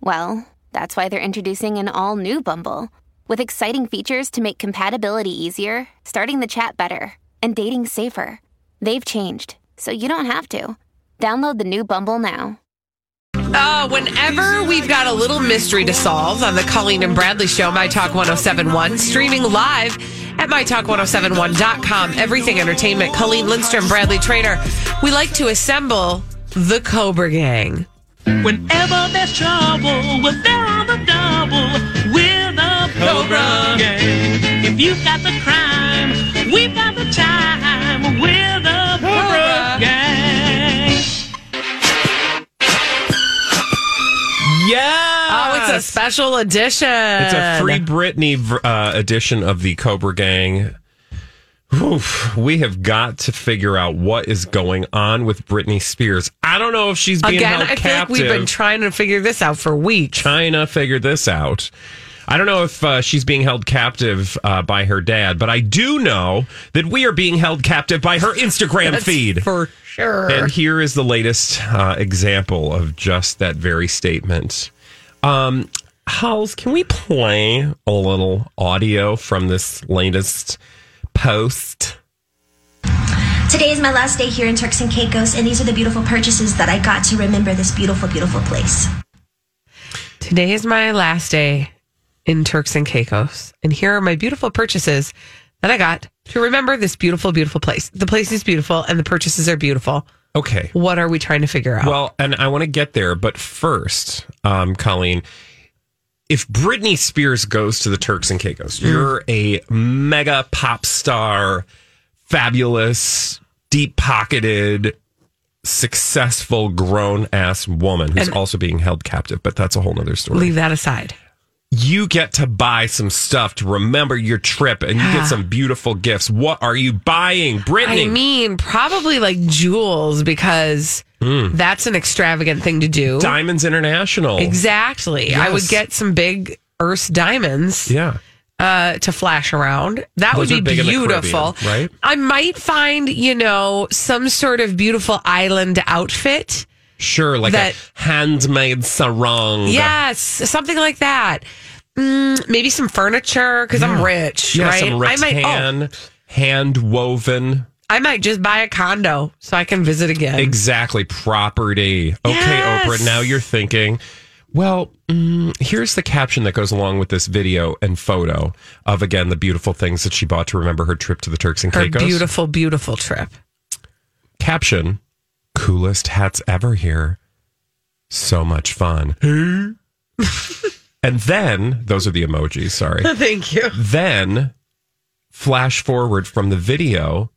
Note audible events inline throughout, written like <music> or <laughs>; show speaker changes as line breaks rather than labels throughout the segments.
well, that's why they're introducing an all new Bumble with exciting features to make compatibility easier, starting the chat better, and dating safer. They've changed, so you don't have to. Download the new Bumble now.
Oh, whenever we've got a little mystery to solve on the Colleen and Bradley show, My Talk 1071, streaming live at MyTalk1071.com, everything entertainment. Colleen Lindstrom, Bradley Trainer. We like to assemble the Cobra Gang.
Whenever there's trouble, we're there on the double. We're the Cobra Gang. If you've got the crime, we've got the time. We're the Cobra Gang.
Oh,
Yeah.
it's a special edition. It's
It's a free Britney v- uh, edition of the Cobra Gang. Oof, we have got to figure out what is going on with Britney Spears. I don't know if she's being
Again,
held
I feel like
captive.
we've been trying to figure this out for weeks.
China figured this out. I don't know if uh, she's being held captive uh, by her dad, but I do know that we are being held captive by her Instagram feed.
For sure.
And here is the latest uh, example of just that very statement. Um, Howls, can we play a little audio from this latest post?
Today is my last day here in Turks and Caicos, and these are the beautiful purchases that I got to remember this beautiful, beautiful place.
Today is my last day in Turks and Caicos, and here are my beautiful purchases that I got to remember this beautiful, beautiful place. The place is beautiful, and the purchases are beautiful.
Okay.
What are we trying to figure out?
Well, and I want to get there, but first, um, Colleen, if Britney Spears goes to the Turks and Caicos,
Hmm.
you're a mega pop star, fabulous, deep pocketed, successful, grown ass woman who's also being held captive, but that's a whole nother story.
leave that aside.
you get to buy some stuff to remember your trip and you
Yeah.
get some beautiful gifts. What are you buying, Britney?
I mean, probably like jewels because that's an extravagant thing to do.
Hmm. Diamonds International.
exactly. I would
Yes.
get some big Earth diamonds.
Yeah.
uh, to flash around. That
Those are
would be
big in the
beautiful,
Caribbean, right?
I might find, you know, some sort of beautiful island outfit.
Sure, like
That-
a handmade sarong.
Yes, something like that. Mm, maybe some furniture because I'm rich,
Yeah,
right?
some
I might, oh,
rattan, hand woven.
I might just buy a condo so I can visit again.
Exactly, property. Okay,
Yes.
Oprah, now you're thinking. Well, mm, here's the caption that goes along with this video and photo of, again, the beautiful things that she bought to remember her trip to the Turks and
Her
Caicos.
beautiful, beautiful trip.
Caption Coolest hats ever here. So much fun. <laughs> and then, those are the emojis, sorry.
<laughs> Thank you.
then flash forward from the video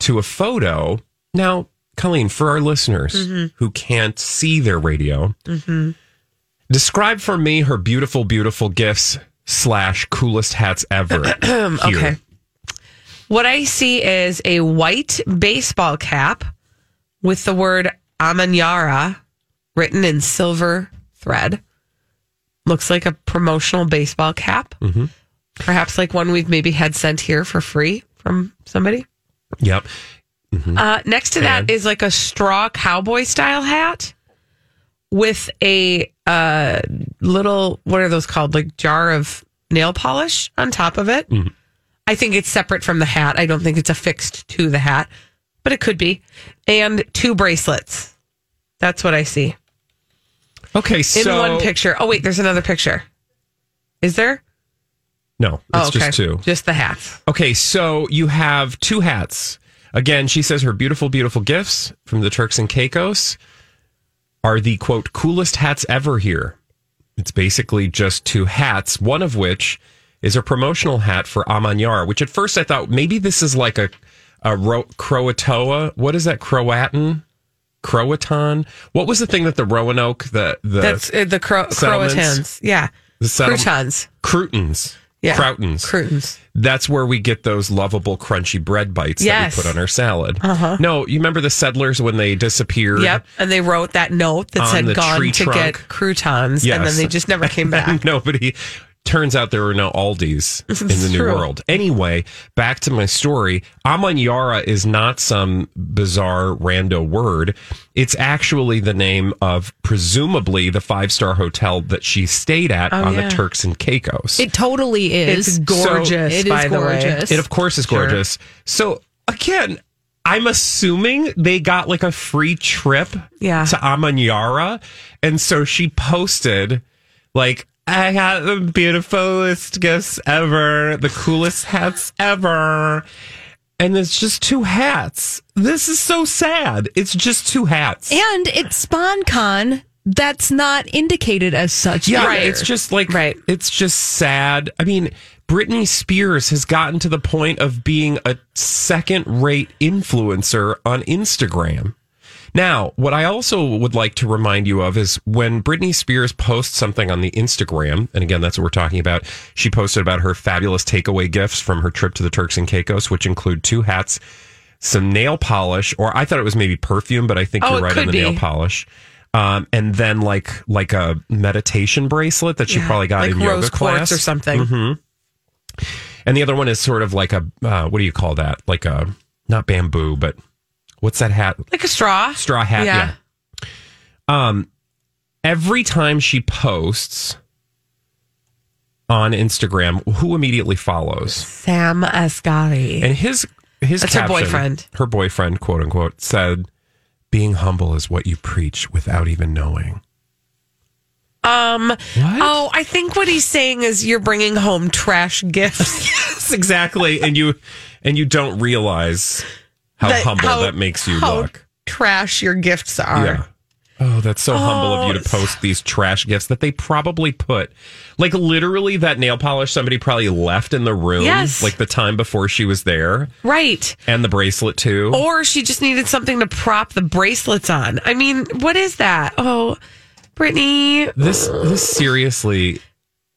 to a photo. Now, Colleen, for our listeners
Mm-hmm.
who can't see their radio, describe for me her beautiful, beautiful gifts slash coolest hats ever. here.
<clears throat> Um, Okay. What I see is a white baseball cap with the word Amanyara written in silver thread. Looks like a promotional baseball cap. Perhaps like one we've maybe had sent here for free from somebody.
Yep.
Uh, next to that
And?
is like a straw cowboy style hat with a uh, little, what are those called? Like jar of nail polish on top of it.
Mm-hmm.
I think it's separate from the hat. I don't think it's affixed to the hat, but it could be. And two bracelets. That's what I see
Okay. So
in one picture. Oh, wait, there's another picture. Is there?
No,
Oh,
it's
okay.
just two.
Just the hats.
Okay, so you have two hats. Again, she says her beautiful, beautiful gifts from the Turks and Caicos are the quote coolest hats ever here. It's basically just two hats, one of which is a promotional hat for Amanyar, which at first I thought maybe this is like a a ro- Croatoa. What is that Croatan? Croatan. What was the thing that the Roanoke, the the
That's uh, the Cro-
Settlements?
Croatans. Yeah.
the settlement-
Croutons.
croutons,
Yeah.
croutons,
Croutons.
That's where we get those lovable crunchy bread bites
Yes. Uh-huh.
that we put on our salad. No, you remember the settlers when they disappeared?
Yep. And they wrote that note that
On
said
the
gone
tree
to
trunk.
get croutons. And
Yes.
then they just never
<laughs>
came
<laughs> And
back.
nobody. Turns out there were no
<laughs>
Aldis in the New
true.
World. Anyway, back to my story. Amanyara is not some bizarre rando word. It's actually the name of presumably the five star hotel that she stayed at on
Oh, yeah.
the Turks and Caicos.
It totally is.
It's gorgeous,
it is
by the way.
gorgeous.
It of course is gorgeous. So again, I'm assuming they got like a free trip
Yeah.
to Amanyara. And so she posted like I got the beautifulest gifts ever, the coolest hats ever. And it's just two hats. This is so sad. It's just two hats.
and it's SpawnCon. That's not indicated as such.
Yeah,
either.
it's just like
Right.
it's just sad. I mean, Britney Spears has gotten to the point of being a second-rate influencer on Instagram. Now, what I also would like to remind you of is when Britney Spears posts something on the Instagram, and again, that's what we're talking about. She posted about her fabulous takeaway gifts from her trip to the Turks and Caicos, which include two hats, some nail polish, or I thought it was maybe perfume, but I think
Oh,
you're
it
right on
could
the nail
be.
polish. Um, and then like like a meditation bracelet that she probably got
like
in yoga
rose quartz
class Mm-hmm.
or something.
And the other one is sort of like a uh, what do you call that? Like a not bamboo, but what's that hat?
Like a straw.
straw hat. Yeah.
Yeah.
Um, every time she posts on Instagram, who immediately follows?
Sam Asghari.
And his his
That's her
caption,
boyfriend.
her boyfriend, quote unquote, said, "Being humble is what you preach without even knowing."
Um.
What?
Oh, I think what he's saying is you're bringing home trash gifts.
Yes, exactly. and you and you don't realize <laughs> how
That-
humble
how-
that makes you
how
look.
Trash your gifts are. Oh.
Yeah. Oh, that's so humble of you to post these trash gifts that they probably put, like literally that nail polish somebody probably left in the room,
Yes.
like the time before she was there,
Right.
and the bracelet too.
Or she just needed something to prop the bracelets on. I mean, what is that? Oh, Brittany.
This this seriously,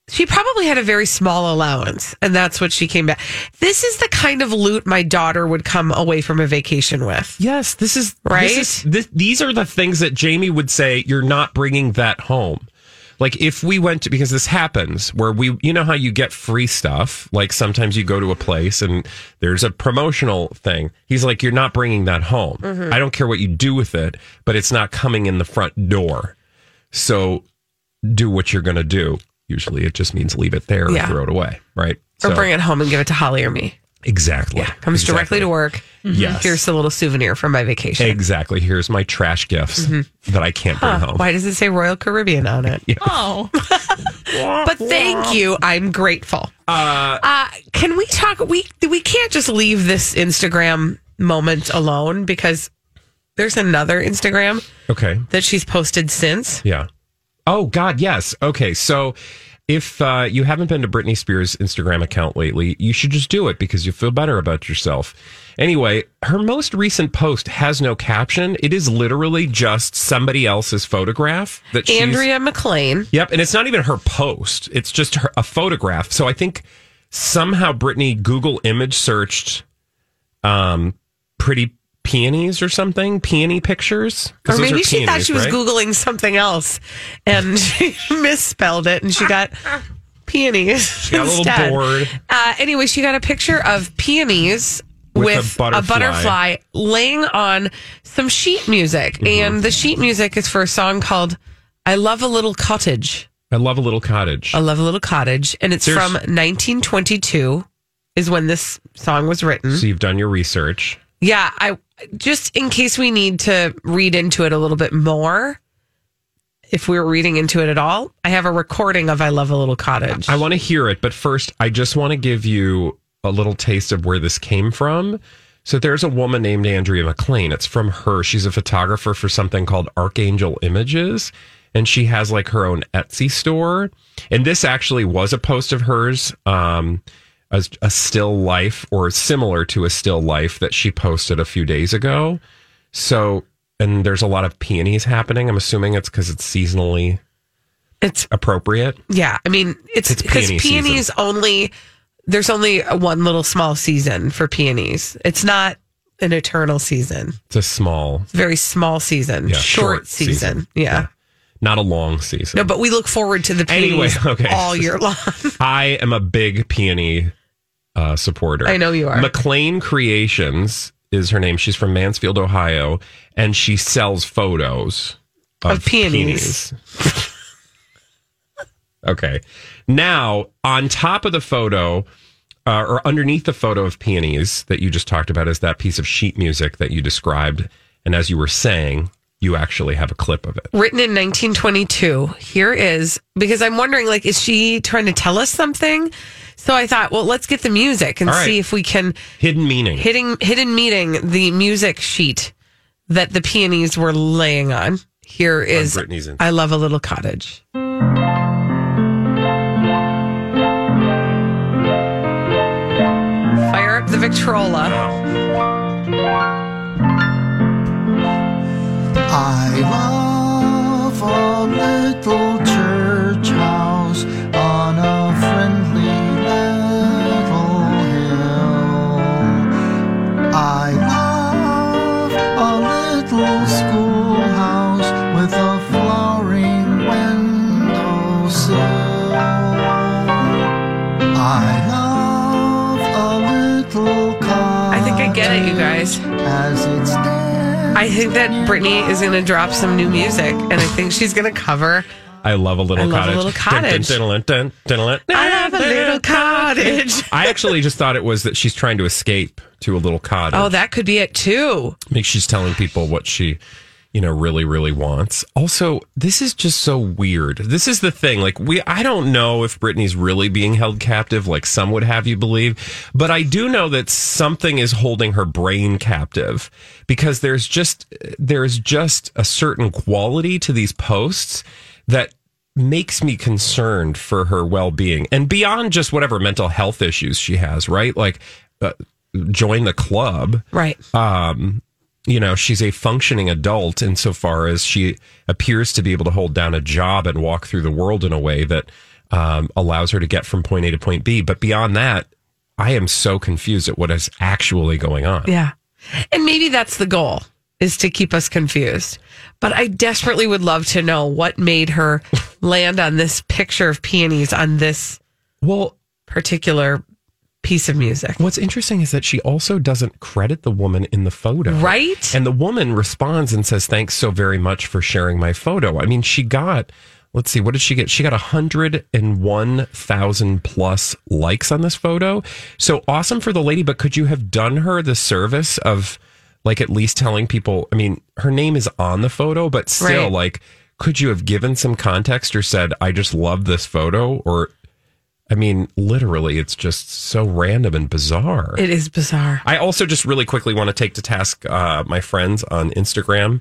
She probably had a very small allowance, and that's what she came back. This is the kind of loot my daughter would come away from a vacation with.
yes, this is
Right?
This is, this, these are the things that Jamie would say. You're not bringing that home. Like if we went to because this happens where we you know how you get free stuff like sometimes you go to a place and there's a promotional thing he's like you're not bringing that home
Mm-hmm.
I don't care what you do with it but it's not coming in the front door so do what you're going to do usually it just means leave it there
Yeah.
or throw it away right
Or
So-
bring it home and give it to Holly or me.
exactly
Comes directly
Exactly.
to work.
Yes.
Here's a little souvenir from my vacation.
exactly here's my trash gifts that I can't bring
Mm-hmm. Huh,
home
Why does it say Royal Caribbean on
<laughs>
it?
oh,
<laughs> But thank you. I'm grateful. Uh, can we talk? We we can't just leave this Instagram moment alone because there's another Instagram
okay
that she's posted since.
Yeah. Oh God, yes. Okay, so if uh, you haven't been to Britney Spears' Instagram account lately, you should just do it because you feel better about yourself. Anyway, her most recent post has no caption. It is literally just somebody else's photograph that she's-
Andrea McLean.
Yep, and it's not even her post. It's just her, a photograph. So I think somehow Brittany Google image searched um pretty peonies or something, peony pictures. 'Cause
Or
those are
maybe she thought
peonies,
she was
right?
Googling something else and <laughs> she misspelled it and she got peonies.
She got a little
instead.
bored.
Uh, anyway, she got a picture of peonies with,
With
a,
a
butterfly.
butterfly.
laying on some sheet music.
Mm-hmm.
And the sheet music is for a song called I Love a Little Cottage.
I love a little cottage.
I Love a Little Cottage. And it's
There's-
from 1922, is when this song was written.
So you've done your research.
Yeah, I just in case we need to read into it a little bit more, if we were reading into it at all, I have a recording of I Love a Little Cottage.
I want to hear it, but first, I just want to give you a little taste of where this came from. So there's a woman named Andrea McLean. It's from her. She's a photographer for something called Archangel Images, and she has like her own Etsy store. And this actually was a post of hers, um, a, a still life or similar to a still life that she posted a few days ago. So and there's a lot of peonies happening. I'm assuming it's because it's seasonally
It's
appropriate.
yeah. I mean, it's
It's
because
peony season.
peonies only. There's only a one little small season for peonies. It's not an eternal season.
It's a small,
It's a very small season.
yeah,
short, season. Yeah.
not a long season.
No, but we look forward to the
Anyway, <laughs>
peonies
okay.
all year long.
I am a big peony uh, supporter.
I know you are.
McLean Creations is her name. She's from Mansfield, Ohio, and she sells photos of,
Of peonies.
peonies. <laughs> okay. Now, on top of the photo, uh, or underneath the photo of peonies that you just talked about, is that piece of sheet music that you described. And as you were saying, you actually have a clip of it.
Written in 1922. Here is because I'm wondering, like, is she trying to tell us something? So I thought, well, let's get the music and
All right.
see if we can
Hidden meaning.
hitting hidden meeting the music sheet that the peonies were laying on. Here is
Brittany's in-
I love a little cottage. Fire up the Victrola.
I love a little church house on a friendly little hill. I love a little schoolhouse with a flowering windowsill. I love a little
I
cottage
think I get it, you guys.
as it stands.
I think that Brittany is going to drop some new music, and I think she's going to cover
I love a little
I love a
cottage.
little cottage.
Dun, dun, dun, dun, dun, dun.
I Have a Little Cottage.
I actually just thought it was that she's trying to escape to a little cottage.
Oh, that could be it too.
I think she's telling people what she, you know, really, really wants. Also, this is just so weird. This is the thing. Like, we, I don't know if Brittany's really being held captive, like some would have you believe, but I do know that something is holding her brain captive because there's just, there's just a certain quality to these posts that makes me concerned for her well-being and beyond just whatever mental health issues she has right like uh, join the club
Right.
you know, she's a functioning adult insofar as she appears to be able to hold down a job and walk through the world in a way that um, allows her to get from point A to point B. But beyond that, I am so confused at what is actually going on.
Yeah. And maybe that's the goal is to keep us confused. But I desperately would love to know what made her land on this picture of peonies on this
Well,
particular piece of music.
what's interesting is that she also doesn't credit the woman in the photo.
Right?
And the woman responds and says, Thanks so very much for sharing my photo. I mean, she got, let's see, what did she get? She got 101,000 plus likes on this photo. So awesome for the lady, but could you have done her the service of like at least telling people? I mean, her name is on the photo, but still,
Right.
like, could you have given some context or said, I just love this photo? Or, I mean, literally, it's just so random and bizarre.
It is bizarre.
I also just really quickly want to take to task uh, my friends on Instagram.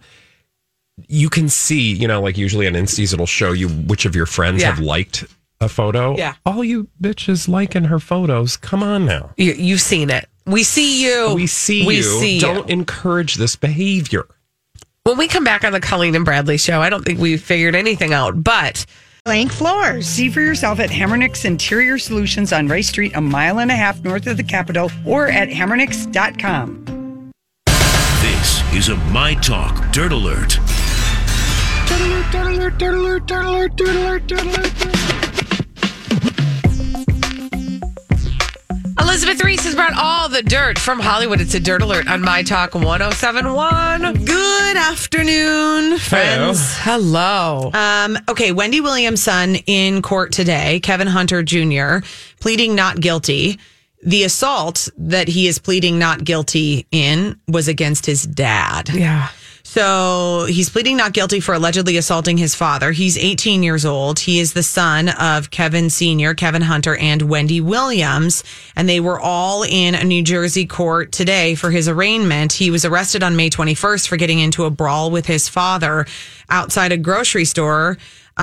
You can see, you know, like usually on Insties, it'll show you which of your friends
Yeah.
have liked a photo.
Yeah.
All you bitches liking her photos. Come on now.
You, you've seen it. We see you.
We see
Oh, we
you.
See
Don't
you.
encourage this behavior.
When we come back on the Colleen and Bradley show, I don't think we figured anything out, but
Blank Floors. See for yourself at Hammernick's Interior Solutions on Rice Street, a mile and a half north of the Capitol, or at hammernix.com.
This is a My Talk Dirt Alert.
Elizabeth Reese has brought all the dirt from Hollywood. It's a dirt alert on My Talk 1071.
Good afternoon, friends.
Hello.
Um, okay, Wendy Williams' son in court today, Kevin Hunter Jr., pleading not guilty. The assault that he is pleading not guilty in was against his dad.
yeah.
So he's pleading not guilty for allegedly assaulting his father. He's 18 years old. He is the son of Kevin Sr., Kevin Hunter, and Wendy Williams. And they were all in a New Jersey court today for his arraignment. He was arrested on May 21st for getting into a brawl with his father outside a grocery store.
Hey,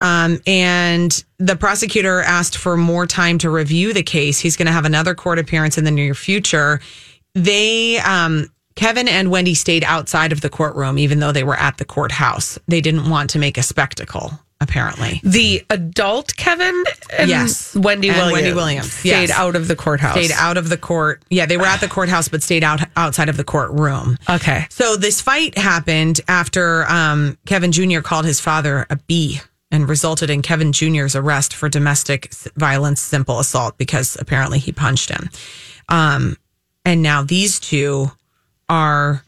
Um, and the prosecutor asked for more time to review the case. He's going to have another court appearance in the near future. They, um, Kevin and Wendy stayed outside of the courtroom, even though they were at the courthouse. They didn't want to make a spectacle, apparently.
The adult Kevin and
Yes.
Wendy
And
Williams.
Wendy Williams,
Stayed
yes.
out of the courthouse.
Stayed out of the court. Yeah, they were at the courthouse, but stayed out outside of the courtroom.
Okay.
So this fight happened after um, Kevin Jr. called his father a B and resulted in Kevin Jr.'s arrest for domestic s- violence, simple assault, because apparently he punched him. Um, and now these two are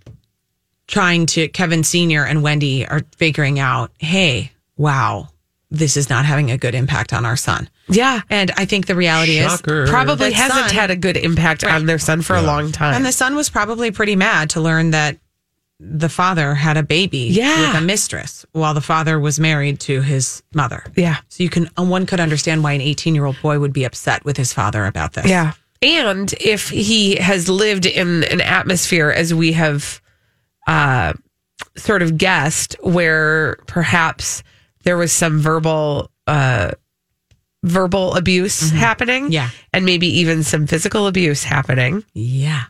trying to, Kevin Sr. and Wendy are figuring out, hey, wow, this is not having a good impact on our son.
Yeah.
And I think the reality
Shocker.
is
Probably
that
hasn't
son-
had a good impact on their son for a long time.
and the son was probably pretty mad to learn that the father had a baby
Yeah.
with a mistress while the father was married to his mother.
Yeah.
So you can uh, one could understand why an 18-year-old boy would be upset with his father about this.
Yeah. And if he has lived in an atmosphere, as we have uh, sort of guessed, where perhaps there was some verbal uh, verbal abuse happening,
Mm-hmm. Yeah.
and maybe even some physical abuse happening,
Yeah.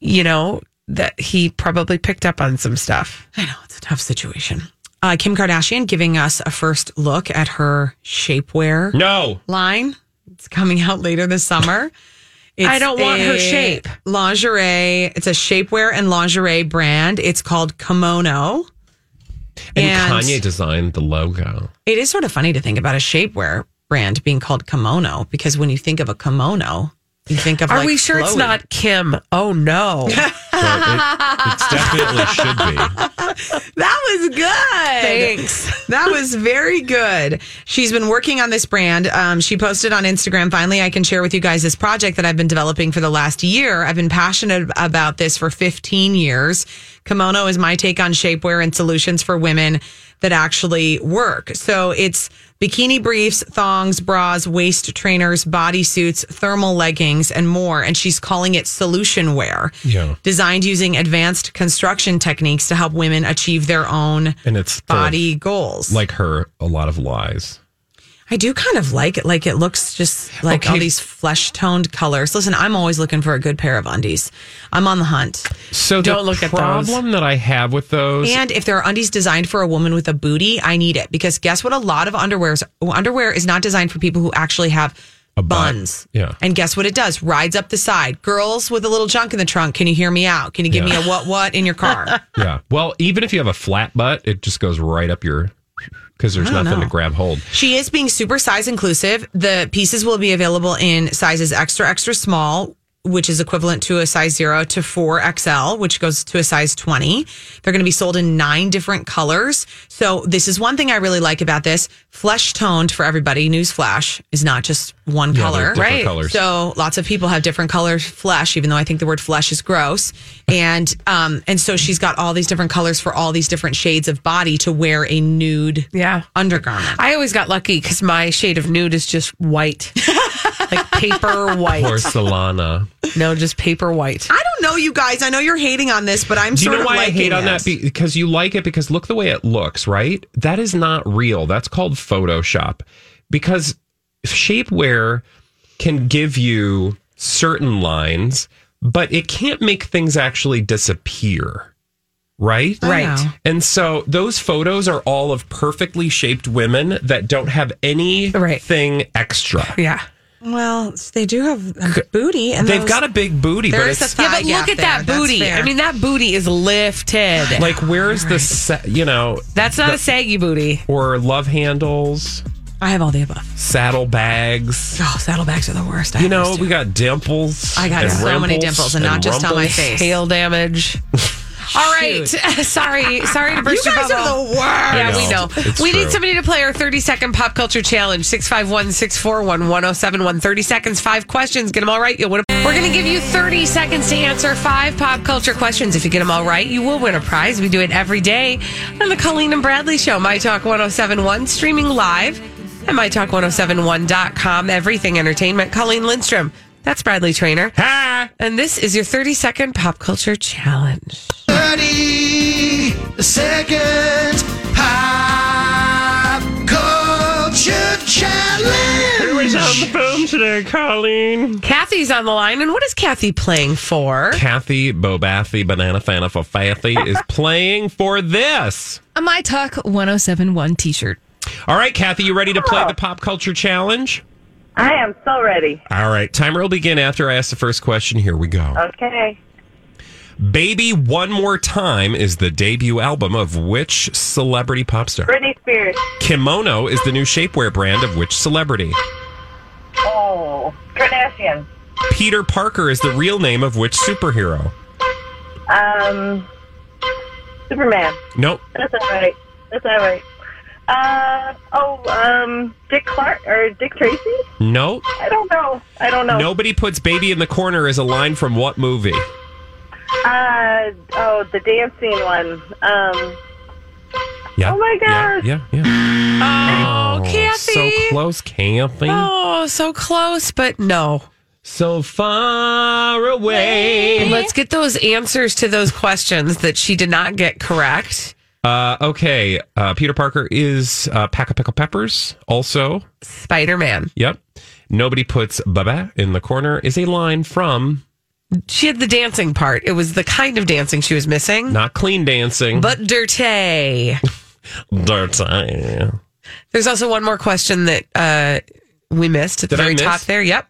you know, that he probably picked up on some stuff.
I know it's a tough situation. Uh, Kim Kardashian giving us a first look at her shapewear
No.
line. It's coming out later this summer.
<laughs> I don't want her
a
shape.
Lingerie. It's a shapewear and lingerie brand. It's called Kimono.
And, Kanye designed the logo.
It is sort of funny to think about a shapewear brand being called kimono because when you think of a kimono, you think of
Are
like
we sure it's
flowy.
not Kim?
<laughs>
Oh no.
So it, it's definitely should be.
That was good.
Thanks.
<laughs> That was very good. She's been working on this brand. Um, she posted on Instagram. Finally, I can share with you guys this project that I've been developing for the last year. I've been passionate about this for 15 years. Kimono is my take on shapewear and solutions for women that actually work. So it's bikini briefs, thongs, bras, waist trainers, bodysuits, thermal leggings, and more. And she's calling it solution wear.
Yeah.
Designed using advanced construction techniques to help women achieve their own
And it's full of,
body goals.
like her, a lot of lies.
I do kind of like it. Like it looks just like all
Okay.
these flesh toned colors. Listen, I'm always looking for a good pair of undies. I'm on the hunt.
So
Don't
the
look at those.
problem that I have with those
And if there are undies designed for a woman with a booty, I need it because guess what? A lot of underwears underwear is not designed for people who actually have
butt.
buns.
Yeah.
And guess what it does? Rides up the side. Girls with a little junk in the trunk. Can you hear me out? Can you give
Yeah.
me a what what in your
<laughs>
car?
Yeah. Well, even if you have a flat butt, it just goes right up your because there's
I don't
nothing
know.
to grab hold.
She is being super size inclusive. The pieces will be available in sizes extra, extra small, which is equivalent to a size zero to four XL, which goes to a size 20. They're going to be sold in nine different colors. So this is one thing I really like about this. Flesh toned for everybody. Newsflash is not just one
Yeah,
color.
they're different Right. colors.
So lots of people have different colors flesh, even though I think the word flesh is gross. And, um, and so she's got all these different colors for all these different shades of body to wear a nude
Yeah.
undergarment.
I always got lucky because my shade of nude is just
<laughs>
white, like paper white.
Porcelana.
No, just paper white.
I don't know you guys. I know you're hating on this, but I'm
Do you
sort
know
of
why I
liking
hate on
it.
that? Be- Because you like it because look the way it looks, right? That is not real. That's called Photoshop. Because shapewear can give you certain lines, but it can't make things actually disappear. right?
I Right. know.
And so those photos are all of perfectly shaped women that don't have anything extra.
Yeah.
Well, they do have a booty, and
They've
those-
got a big booty, but
There is
it's
a thigh
Yeah,
gap
but look at
there.
that
That's
booty.
fair.
I mean, that booty is lifted.
like where's the sa- you know
That's not
the-
a saggy booty.
or love handles,
I have all the above.
saddle bags.
Oh, saddlebags are the worst. I
You
have
know,
those too.
we got dimples.
I got
and
so many
rimples
dimples, and not just on my
rumples.
face.
Hail damage.
<laughs>
All right. <laughs> sorry. Sorry to burst
You
your
guys are
bubble.
the worst.
Yeah,
I
we know.
know. It's
we need
true.
somebody to play our 30 second pop culture challenge 651 641 1071. 30 seconds, five questions. Get them all right. You'll win a- We're going to give you 30 seconds to answer five pop culture questions. If you get them all right, you will win a prize. We do it every day on the Colleen and Bradley Show, My Talk 1071, streaming live at MyTalk1071.com. Everything Entertainment. Colleen Lindstrom. That's Bradley Trainer.
Hi.
And this is your 30 second pop culture challenge.
30 seconds pop culture challenge.
phone today, Colleen?
Kathy's on the line, and what is Kathy playing for?
Kathy Bobathy Banana Fanafa Fathy
<laughs>
is playing for this.
A My Talk 1071 t shirt.
All right, Kathy, you ready to play the pop culture challenge?
I am so ready.
All right, timer will begin after I ask the first question. Here we go.
Okay.
Baby One More Time is the debut album of which celebrity pop star?
Britney Spears.
Kimono is the new shapewear brand of which celebrity?
Oh. Kardashian.
Peter Parker is the real name of which superhero?
Um. Superman.
Nope.
That's all right. That's all right. Uh. Oh. Um. Dick Clark or Dick Tracy?
Nope.
I don't know. I don't
Oh.
know.
Nobody puts baby in the corner is a line from what movie?
Uh. Oh, the dancing one. Um.
Yeah.
Oh my gosh.
Yeah, yeah. yeah.
Oh, Kathy.
So close, Kathy.
Oh, so close, but no.
So far away.
Let's get those answers to those questions that she did not get correct.
Uh, okay. Uh, Peter Parker is uh, Pack of Pickle Peppers. Also,
Spider Man.
yep. Nobody puts Baba in the corner is a line from
She had the dancing part. It was the kind of dancing she was missing,
not clean dancing,
but dirty.
dirty.
There's also one more question that uh, we missed at the
Did I
very
miss?
top there. Yep.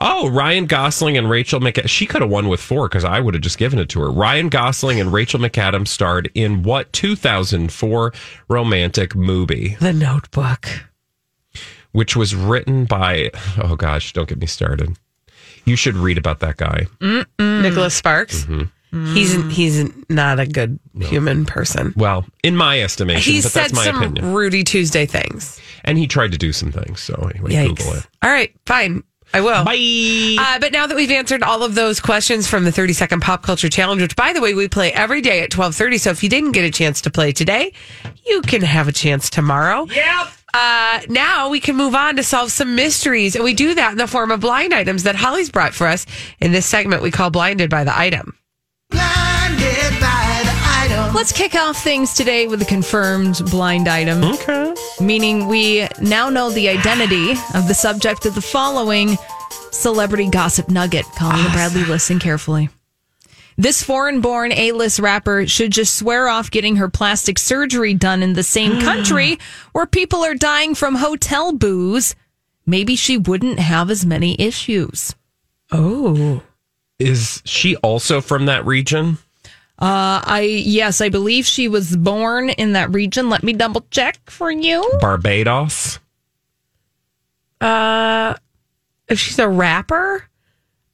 Oh, Ryan Gosling and Rachel McAdams. She could have won with four because I would have just given it to her. Ryan Gosling and Rachel McAdams starred in what 2004 romantic movie,
The notebook.
which was written by, oh gosh, don't get me started. You should read about that guy.
Hmm.
Nicholas Sparks.
Mm-hmm.
He's he's not a good human person.
Well, in my estimation,
He
but
said
that's my
some
opinion.
Rudy Tuesday things.
And he tried to do some things. So anyway, Google
Yikes.
it.
All right, fine. I will.
Bye.
Uh, but now that we've answered all of those questions from the 30 second pop culture challenge, which by the way, we play every day at 1230. So if you didn't get a chance to play today, you can have a chance tomorrow. Yep. Uh, now we can move on to solve some mysteries. And we do that in the form of blind items that Holly's brought for us in this segment we call Blinded by the Item.
Blinded by the item.
Let's kick off things today with a confirmed blind item.
Okay.
meaning we now know the identity of the subject of the following celebrity gossip nugget. Colleen and Bradley, listen carefully. This foreign born A list rapper should just swear off getting her plastic surgery done in the same country where people are dying from hotel booze. Maybe she wouldn't have as many issues.
Oh.
Is she also from that region?
Uh, I yes, I believe she was born in that region. Let me double check for you.
Barbados?
Uh, if she's a rapper,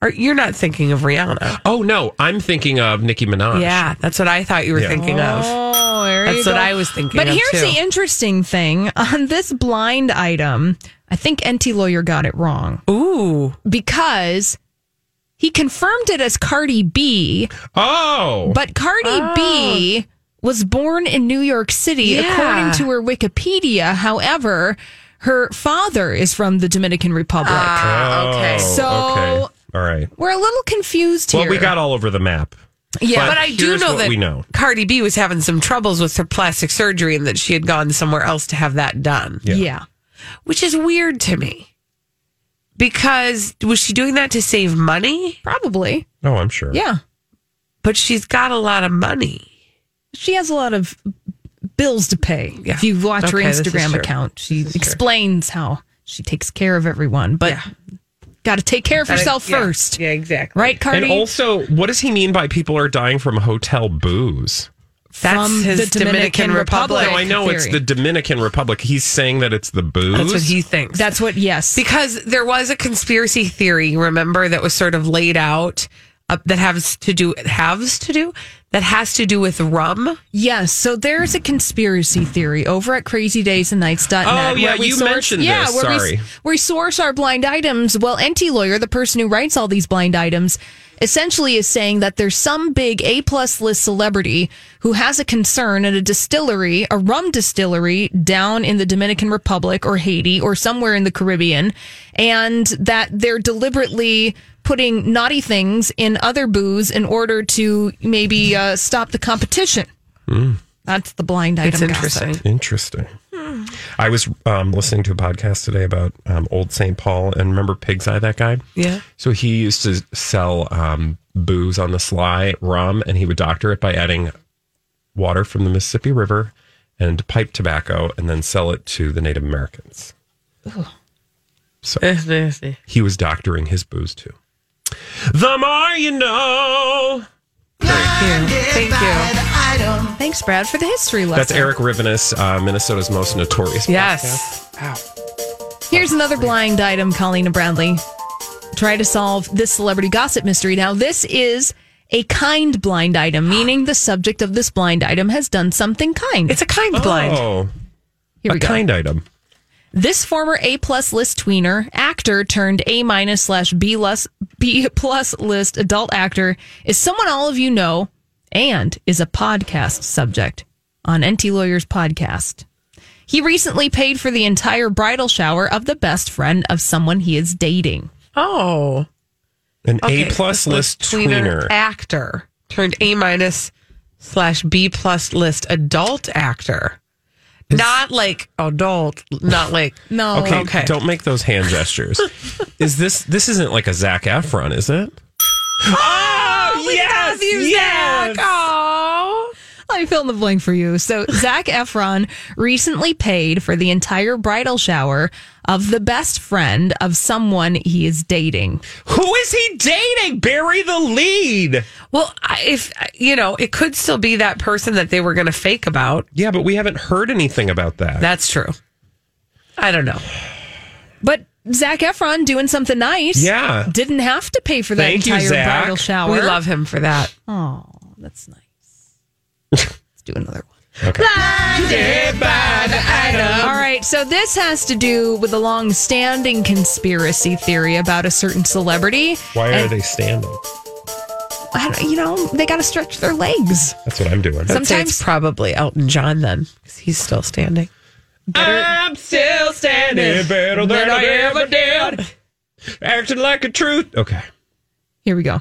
or you're not thinking of Rihanna.
Oh, no. I'm thinking of Nicki Minaj.
Yeah, that's what I thought you were
Yeah.
thinking of.
Oh, there
That's
you
what
go.
I was thinking
But
of,
here's
too.
the interesting thing on this blind item. I think NT Lawyer got it wrong
Ooh.
because he confirmed it as Cardi B,
Oh.
but Cardi B
Ah.
was born in New York City,
Yeah.
according to her Wikipedia. However, her father is from the Dominican Republic.
Ah. Oh, okay.
So-
All right.
We're a little confused
Well,
here.
we got all over the map.
yeah,
But I do
here's
know
what
that
we know.
Cardi B was having some troubles with her plastic surgery and that she had gone somewhere else to have that done,
yeah.
which is weird to me. Because was she doing that to save money?
probably,
Oh, I'm sure.
yeah.
But she's got a lot of money.
She has a lot of bills to pay. If you watch
Okay,
her
this is
Instagram
true.
account, she
This is true.
explains how she takes care of everyone, but got to take care of
Gotta-
yourself
yeah.
first.
Yeah, exactly.
Right, Cardi?
And also, what does he mean by people are dying from hotel booze?
That's
From
his
the Dominican Republic
No, Oh, I know it's
theory.
the Dominican Republic. He's saying that it's the booze.
That's what he thinks.
That's what, yes.
Because there was a conspiracy theory, remember, that was sort of laid out uh, that has to do has to do that has to do with rum.
Yes, so there's a conspiracy theory over at crazydaysandnights.net.
Oh, yeah, you
source,
mentioned
yeah,
this.
Where We,
Sorry.
s- where we source our blind items. Well, NT Lawyer, the person who writes all these blind items, essentially is saying that there's some big A plus list celebrity who has a concern at a distillery, a rum distillery down in the Dominican Republic or Haiti or somewhere in the Caribbean, and that they're deliberately putting naughty things in other booze in order to maybe uh, stop the competition.
Mm.
That's the blind item.
It's interesting.
Interesting. I was um, listening to a podcast today about um, Old St. Paul, and remember Pig's Eye, that guy?
Yeah.
So he used to sell um, booze on the sly, rum, and he would doctor it by adding water from the Mississippi River and pipe tobacco, and then sell it to the Native Americans. So he was doctoring his booze too. The more you know.
Thank you. Thanks, Brad, for the history lesson.
That's Eric Rivenis, uh, Minnesota's most notorious.
Yes. Here's another blind item, Colleen Bradley. Try to solve this celebrity gossip mystery. Now, this is a kind blind item, meaning the subject of this blind item has done something kind. It's
a kind
Oh,
Here
a
we go.
kind item.
This former A plus list tweener actor turned A minus slash B plus B plus list adult actor is someone all of you know and is a podcast subject on NT Lawyers podcast. He recently paid for the entire bridal shower of the best friend of someone he is dating.
Oh,
An A plus list tweener.
actor turned A minus slash B plus list adult actor. Not like adult, not like
no.
<laughs> Okay, don't make those hand
<laughs>
gestures. is this this isn't like a Zach Efron, is it?
Oh, yes, love you, Zach. Oh.
I fill in the blank for you. So, <laughs> Zach Efron recently paid for the entire bridal shower of the best friend of someone he is dating.
Who is he dating? Bury the lead.
Well, I- if you know, it could still be that person that they were going to fake about.
Yeah, but we haven't heard anything about that.
That's true. I don't know.
But Zach Efron doing something nice.
Yeah.
Didn't have to pay for that
Thank you,
entire
Zach.
bridal shower.
We love
him for that.
Oh, that's nice. Let's do another
one. Okay.
All right, so this has to do with a long-standing conspiracy theory about a certain celebrity.
Why are
And-
they standing?
I don't- you know, they got to stretch their legs.
That's what I'm doing.
Sometimes-
it's probably Elton John then, because he's still standing. I'm still standing
better than I ever did. Acting like a truth. Okay.
Here we go.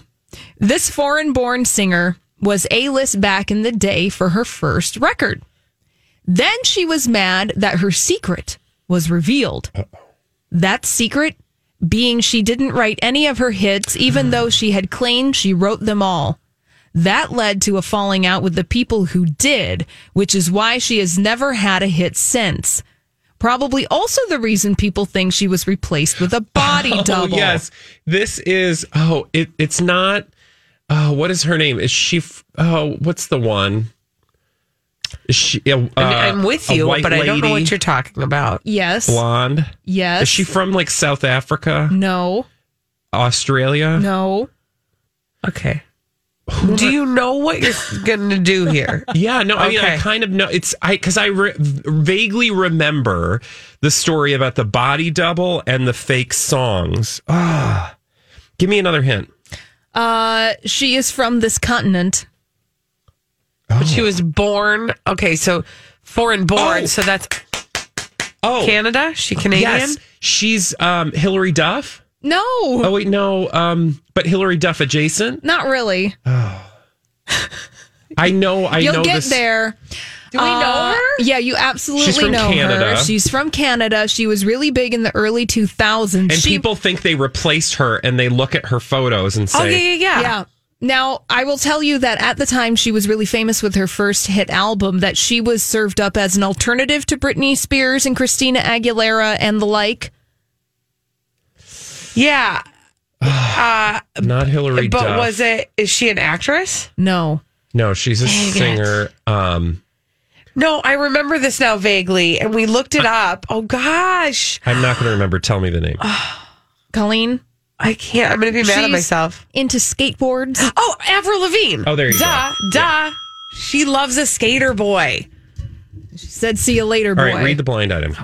This foreign born singer was A list back in the day for her first record. Then she was mad that her secret was revealed. That secret being she didn't write any of her hits, even though she had claimed she wrote them all. That led to a falling out with the people who did, which is why she has never had a hit since. Probably also the reason people think she was replaced with a body
<laughs> oh,
double.
Yes, this is. Oh, it, it's not. Oh, what is her name? Is she? f- Oh, what's the one? Is she? uh,
I'm with
a
you,
white
but I don't know
lady?
what you're talking about.
Yes.
Blonde.
Yes.
Is she from like South Africa,
No.
Australia?
No.
Okay. Do you know what you're going to do here?
Yeah, no, I mean, I
Okay.
kind of know it's I because I re- vaguely remember the story about the body double and the fake songs. Ah, give me another hint.
Uh, she is from this continent.
But <laughs> she was born. Okay, so foreign born.
Oh.
So that's
Oh,
Canada. She Canadian.
Yes, she's um, Hillary Duff.
No.
Oh wait, no. Um, but Hillary Duff adjacent.
Not really.
I know. I
You'll
know
get
this.
there. Do
we know her?
Yeah, you absolutely
She's from
know her.
Canada.
She's from Canada. She was really big in the early 2000s.
And
Oh,
she,
people think they replaced her, and they look at her photos and say,
Oh, yeah. Now, I will tell you that at the time she was really famous with her first hit album, that she was served up as an alternative to Britney Spears and Christina Aguilera and the like.
Yeah. Uh,
Not Hillary
but
Duff.
was it? Is she an actress?
No.
No, she's a
Dang it.
singer. Um,
No, I remember this now vaguely, and we looked it up. Oh gosh,
I'm not going to remember. Tell me the name.
Oh, Colleen?
I can't. I'm going to be mad at
She's
myself.
Into skateboards.
Oh, Avril Lavigne.
Oh, there you
duh, go. Duh, She loves a skater boy.
She said, see you later, boy.
All right, read the blind item.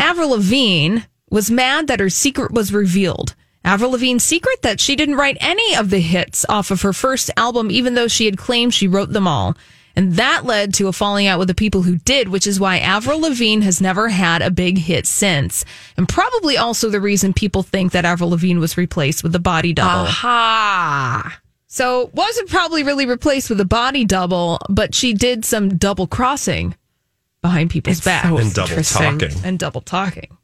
Avril Lavigne was mad that her secret was revealed. Avril Lavigne's secret that she didn't write any of the hits off of her first album, even though she had claimed she wrote them all. And that led to a falling out with the people who did, which is why Avril Lavigne has never had a big hit since. And probably also the reason people think that Avril Lavigne was replaced with a body double.
Aha.
So wasn't probably really replaced with a body double, but she did some double crossing behind people's backs
so And double interesting. talking.
and double talking.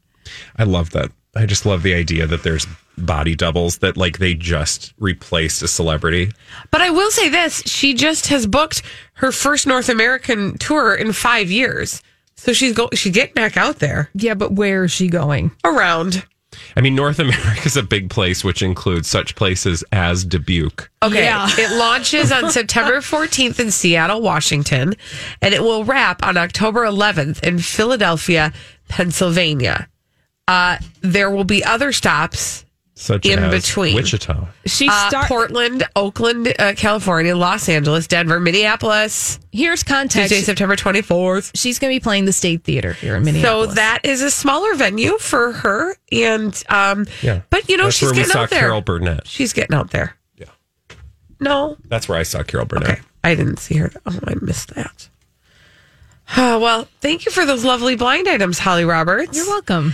I love that. I just love the idea that there's body doubles that like they just replaced a celebrity.
But I will say this: she just has booked her first North American tour in five years, so she's go she's getting back out there
Yeah, but where is she going?
around.
I mean, North America is a big place, which includes such places as Dubuque.
Okay.
Yeah.
It launches
<laughs>
on September 14th in Seattle, Washington, and it will wrap on October 11th in Philadelphia, Pennsylvania. Uh, there will be other stops
Such
In
as
between.
Wichita.
She
uh,
start-
Portland, Oakland, uh, California, Los Angeles, Denver, Minneapolis,
Here's context.
Tuesday, September 24th.
She's going to be playing the State Theater here in
So
Minneapolis.
that is a smaller venue for her. And, um,
Yeah.
but you know,
That's
she's
where we
getting
saw
out there.
Carol Burnett.
She's getting out there.
Yeah.
No,
That's where I saw Carol Burnett.
Okay. I didn't see her. Oh, I missed that. Oh, well, thank you for those lovely blind items, Holly Roberts.
you're welcome.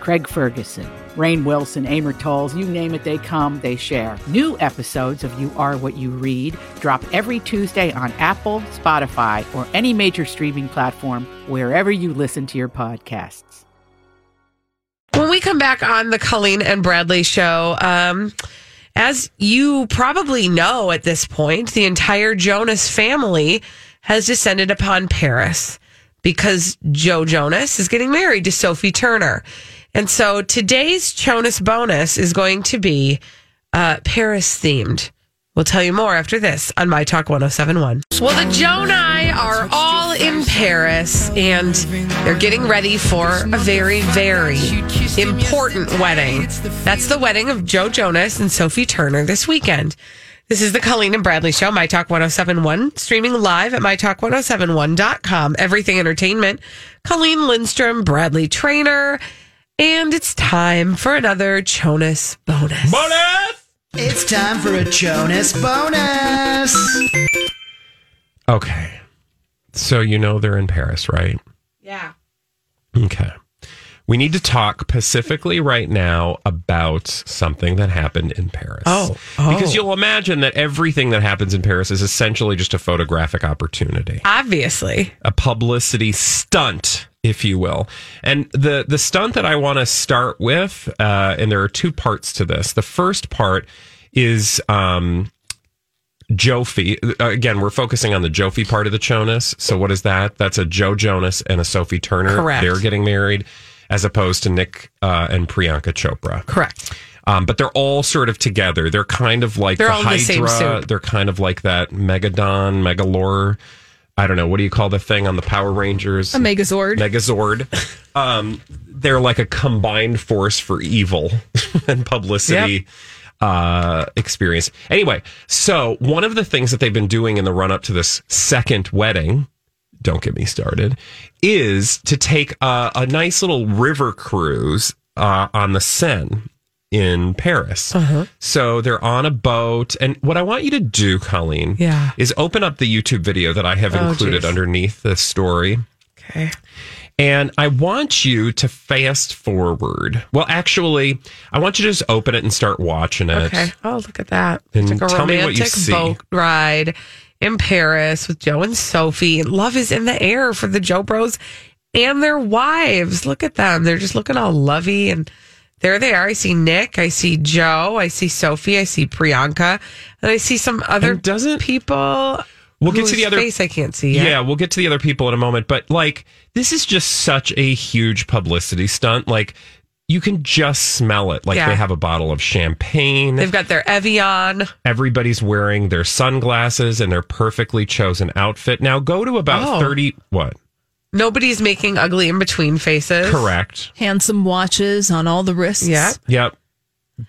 Craig Ferguson, Rain Wilson, Amor Tolls, you name it, they come, they share. New episodes of You Are What You Read drop every Tuesday on Apple, Spotify, or any major streaming platform wherever you listen to your podcasts.
When we come back on the Colleen and Bradley show, um, as you probably know at this point, the entire Jonas family has descended upon Paris because Joe Jonas is getting married to Sophie Turner. And so today's Jonas bonus is going to be uh, Paris themed. We'll tell you more after this on My Talk 1071. Well, the Joni are all in Paris and they're getting ready for a very, very important wedding. That's the wedding of Joe Jonas and Sophie Turner this weekend. This is the Colleen and Bradley Show, My Talk 1071, streaming live at MyTalk1071.com. Everything Entertainment. Colleen Lindstrom, Bradley Trainer. And it's time for another Jonas bonus.
It's time for a Jonas bonus.
Okay. So you know they're in Paris, right?
Yeah.
Okay. We need to talk specifically right now about something that happened in Paris.
Oh.
Because
Oh.
you'll imagine that everything that happens in Paris is essentially just a photographic opportunity,
Obviously.
a publicity stunt, if you will. And the, the stunt that I want to start with, uh, and there are two parts to this. The first part is um, Jofi. uh, Again, we're focusing on the Jofi part of the Jonas. So what is that? That's a Joe Jonas and a Sophie Turner.
Correct.
They're getting married, as opposed to Nick uh, and Priyanka Chopra.
Correct.
Um, but they're all sort of together. They're kind of like
They're
the
all in
Hydra.
the same soup.
They're kind of like that Megadon, Megalore. I don't know. What do you call the thing on the Power Rangers?
A Megazord.
Megazord. <laughs> Um, they're like a combined force for evil and publicity. uh, experience. Anyway, so one of the things that they've been doing in the run up to this second wedding, don't get me started, is to take a, a nice little river cruise uh, on the Seine in Paris.
Uh-huh.
So they're on a boat. And what I want you to do, Colleen,
Yeah.
is open up the YouTube video that I have
Oh,
included
geez.
underneath this story.
Okay.
And I want you to fast forward. Well, actually, I want you to just open it and start watching it.
Okay. Oh, look at that.
And
it's like a
tell me
romantic
what you see.
boat ride in Paris with Joe and Sophie. Love is in the air for the Joe Bros and their wives. Look at them. They're just looking all lovey and there they are. I see Nick. I see Joe. I see Sophie. I see Priyanka. And I see some other
doesn't,
people.
We'll get to
whose
the other
face I can't see.
Yeah.
Yet.
we'll get to the other people in a moment. But like, this is just such a huge publicity stunt. Like, you can just smell it. Like
Yeah.
they have a bottle of champagne.
They've got their Evian.
Everybody's wearing their sunglasses and their perfectly chosen outfit. Now go to about
Oh.
thirty. What?
Nobody's making ugly in between faces.
Correct.
Handsome watches on all the wrists.
Yeah.
Yep.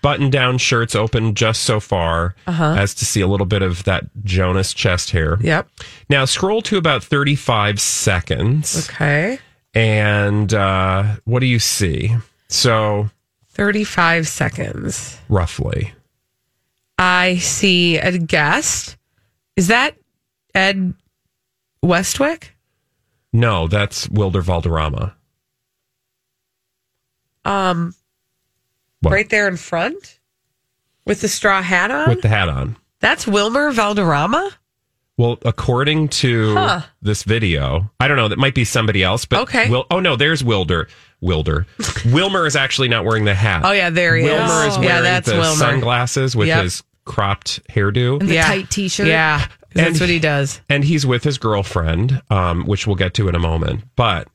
Button down shirts open just so far
Uh-huh.
as to see a little bit of that Jonas chest hair.
Yep.
Now scroll to about 35 seconds.
Okay.
And uh, what do you see? So,
35 seconds.
roughly.
I see a guest. Is that Ed Westwick?
No, that's Wilder Valderrama.
Um,
What?
right there in front with the straw hat on.
With the hat on.
That's Wilmer Valderrama.
Well, according to
Huh.
this video, I don't know. That might be somebody else, but
Okay.
Wil- oh no, there's Wilder.
<laughs>
Wilder. Wilmer is actually not wearing the hat.
Oh, yeah, there he is.
Wilmer Wilmer is
Oh.
wearing
Yeah, that's
the
Wilmer.
sunglasses with
Yep.
his cropped hairdo
And the tight t shirt.
Yeah, 'cause that's what he does.
And he's with his girlfriend, um, which we'll get to in a moment. But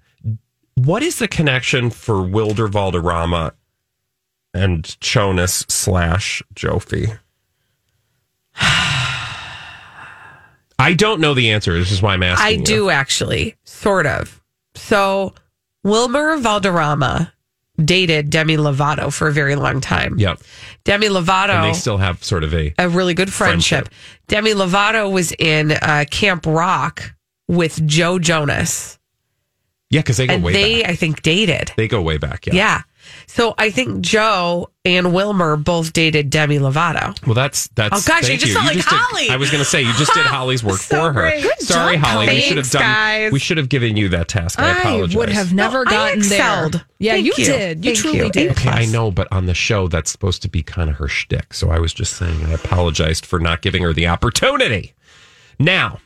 what is the connection for Wilder Valderrama and Jonas slash Jofi? <sighs> I don't know the answer. This is why I'm asking.
I
you.
do actually, sort of. So Wilmer Valderrama dated Demi Lovato for a very long time.
Yep.
Demi Lovato.
And they still have sort of a
a really good friendship. Demi Lovato was in uh, Camp Rock with Joe Jonas,
yeah, because they go
and
way
they,
back.
I think, dated.
They go way back.
Yeah.
Yeah.
So I think Joe and Wilmer both dated Demi Lovato.
Well, that's that's.
Oh, gosh, you
thank
just sound like
did-
Holly.
I was going to say you
<laughs>
just did Holly's work for her.
great. Good
Sorry,
job,
Holly.
Holly.
we should have
Thanks,
done.
guys.
We should have given you that task. I,
I
apologize.
would have never gotten there. Yeah, you, did. You truly did.
Okay, I know, but on the show, that's supposed to be kind of her shtick. So I was just saying, I apologized for not giving her the opportunity. Now,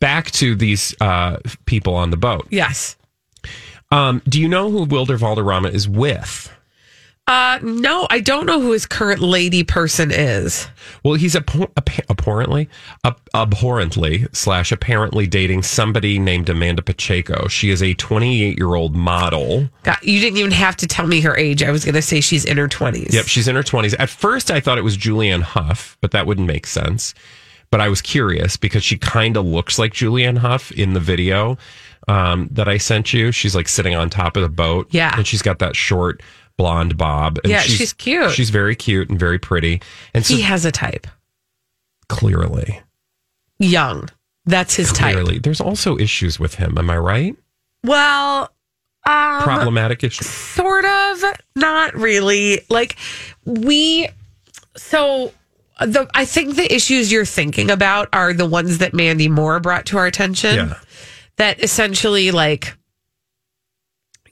back to these uh, people on the boat.
Yes.
Um, do you know who Wilder Valderrama is with?
Uh, no, I don't know who his current lady person is.
Well, he's abhor- ab- abhorrently, ab- abhorrently slash apparently dating somebody named Amanda Pacheco. She is a 28 year old model.
God, you didn't even have to tell me her age. I was going to say she's in her 20s.
Yep, she's in her 20s. At first, I thought it was Julianne Hough, but that wouldn't make sense. But I was curious because she kind of looks like Julianne Hough in the video um, that I sent you. She's like sitting on top of the boat.
Yeah.
And she's got that short blonde bob. And
Yeah, she's cute.
She's very cute and very pretty. And so
He has a type.
clearly,
Young. That's his type.
clearly, there's also issues with him. Am I right?
Well, um,
Problematic issues.
sort of not really like we so the i think the issues you're thinking about are the ones that mandy moore brought to our attention
Yeah.
that essentially like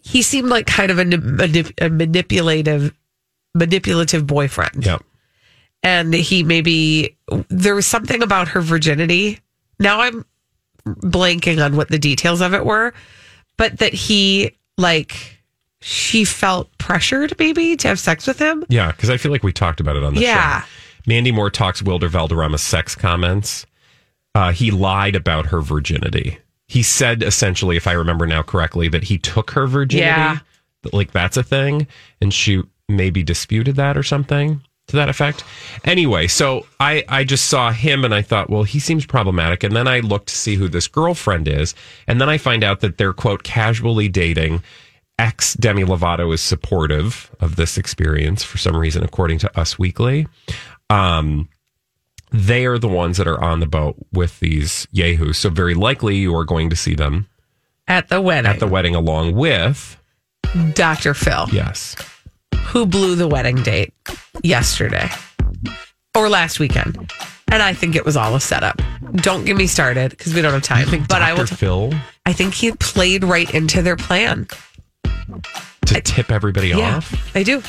he seemed like kind of a, ni- manip- a manipulative manipulative boyfriend
Yep.
and he maybe there was something about her virginity now i'm blanking on what the details of it were but that he like she felt pressured maybe to have sex with him
Yeah, because I feel like we talked about it on the
Yeah.
show. Mandy Moore talks Wilder Valderrama's sex comments. Uh, he lied about her virginity. He said essentially, if I remember now correctly, that he took her virginity.
Yeah.
That, like that's a thing, and she maybe disputed that or something to that effect. Anyway, so I I just saw him and I thought, well, he seems problematic, and then I looked to see who this girlfriend is, and then I find out that they're quote casually dating ex Demi Lovato is supportive of this experience for some reason, according to Us Weekly. Um, they are the ones that are on the boat with these yahoos. So very likely you are going to see them
at the wedding.
At the wedding, along with
Dr. Phil.
Yes.
Who blew the wedding date yesterday or last weekend? And I think it was all a setup. Don't get me started because we don't have time. but I will.
Dr. Phil
I think he played right into their plan.
to tip everybody off.
They do.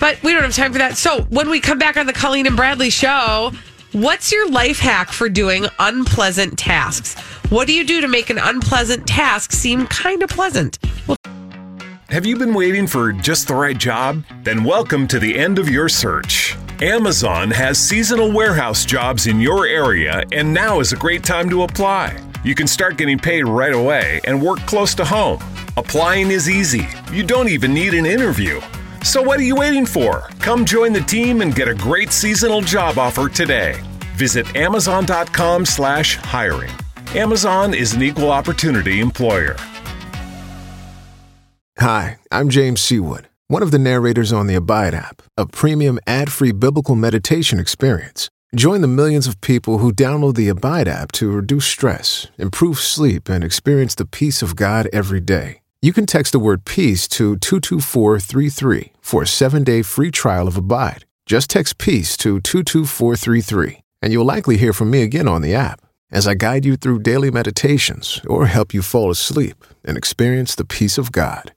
But we don't have time for that. So when we come back on the Colleen and Bradley show, what's your life hack for doing unpleasant tasks? What do you do to make an unpleasant task seem kind of pleasant? Well,
Have you been waiting for just the right job? Then welcome to the end of your search. Amazon has seasonal warehouse jobs in your area, and now is a great time to apply. You can start getting paid right away and work close to home. Applying is easy, you don't even need an interview. So, what are you waiting for? Come join the team and get a great seasonal job offer today. Visit amazon.com slash hiring. Amazon is an equal opportunity employer.
Hi, I'm James Seawood, one of the narrators on the Abide app, a premium ad free biblical meditation experience. Join the millions of people who download the Abide app to reduce stress, improve sleep, and experience the peace of God every day. You can text the word peace to 22433 for a seven day free trial of Abide. Just text peace to 22433, and you'll likely hear from me again on the app as I guide you through daily meditations or help you fall asleep and experience the peace of God.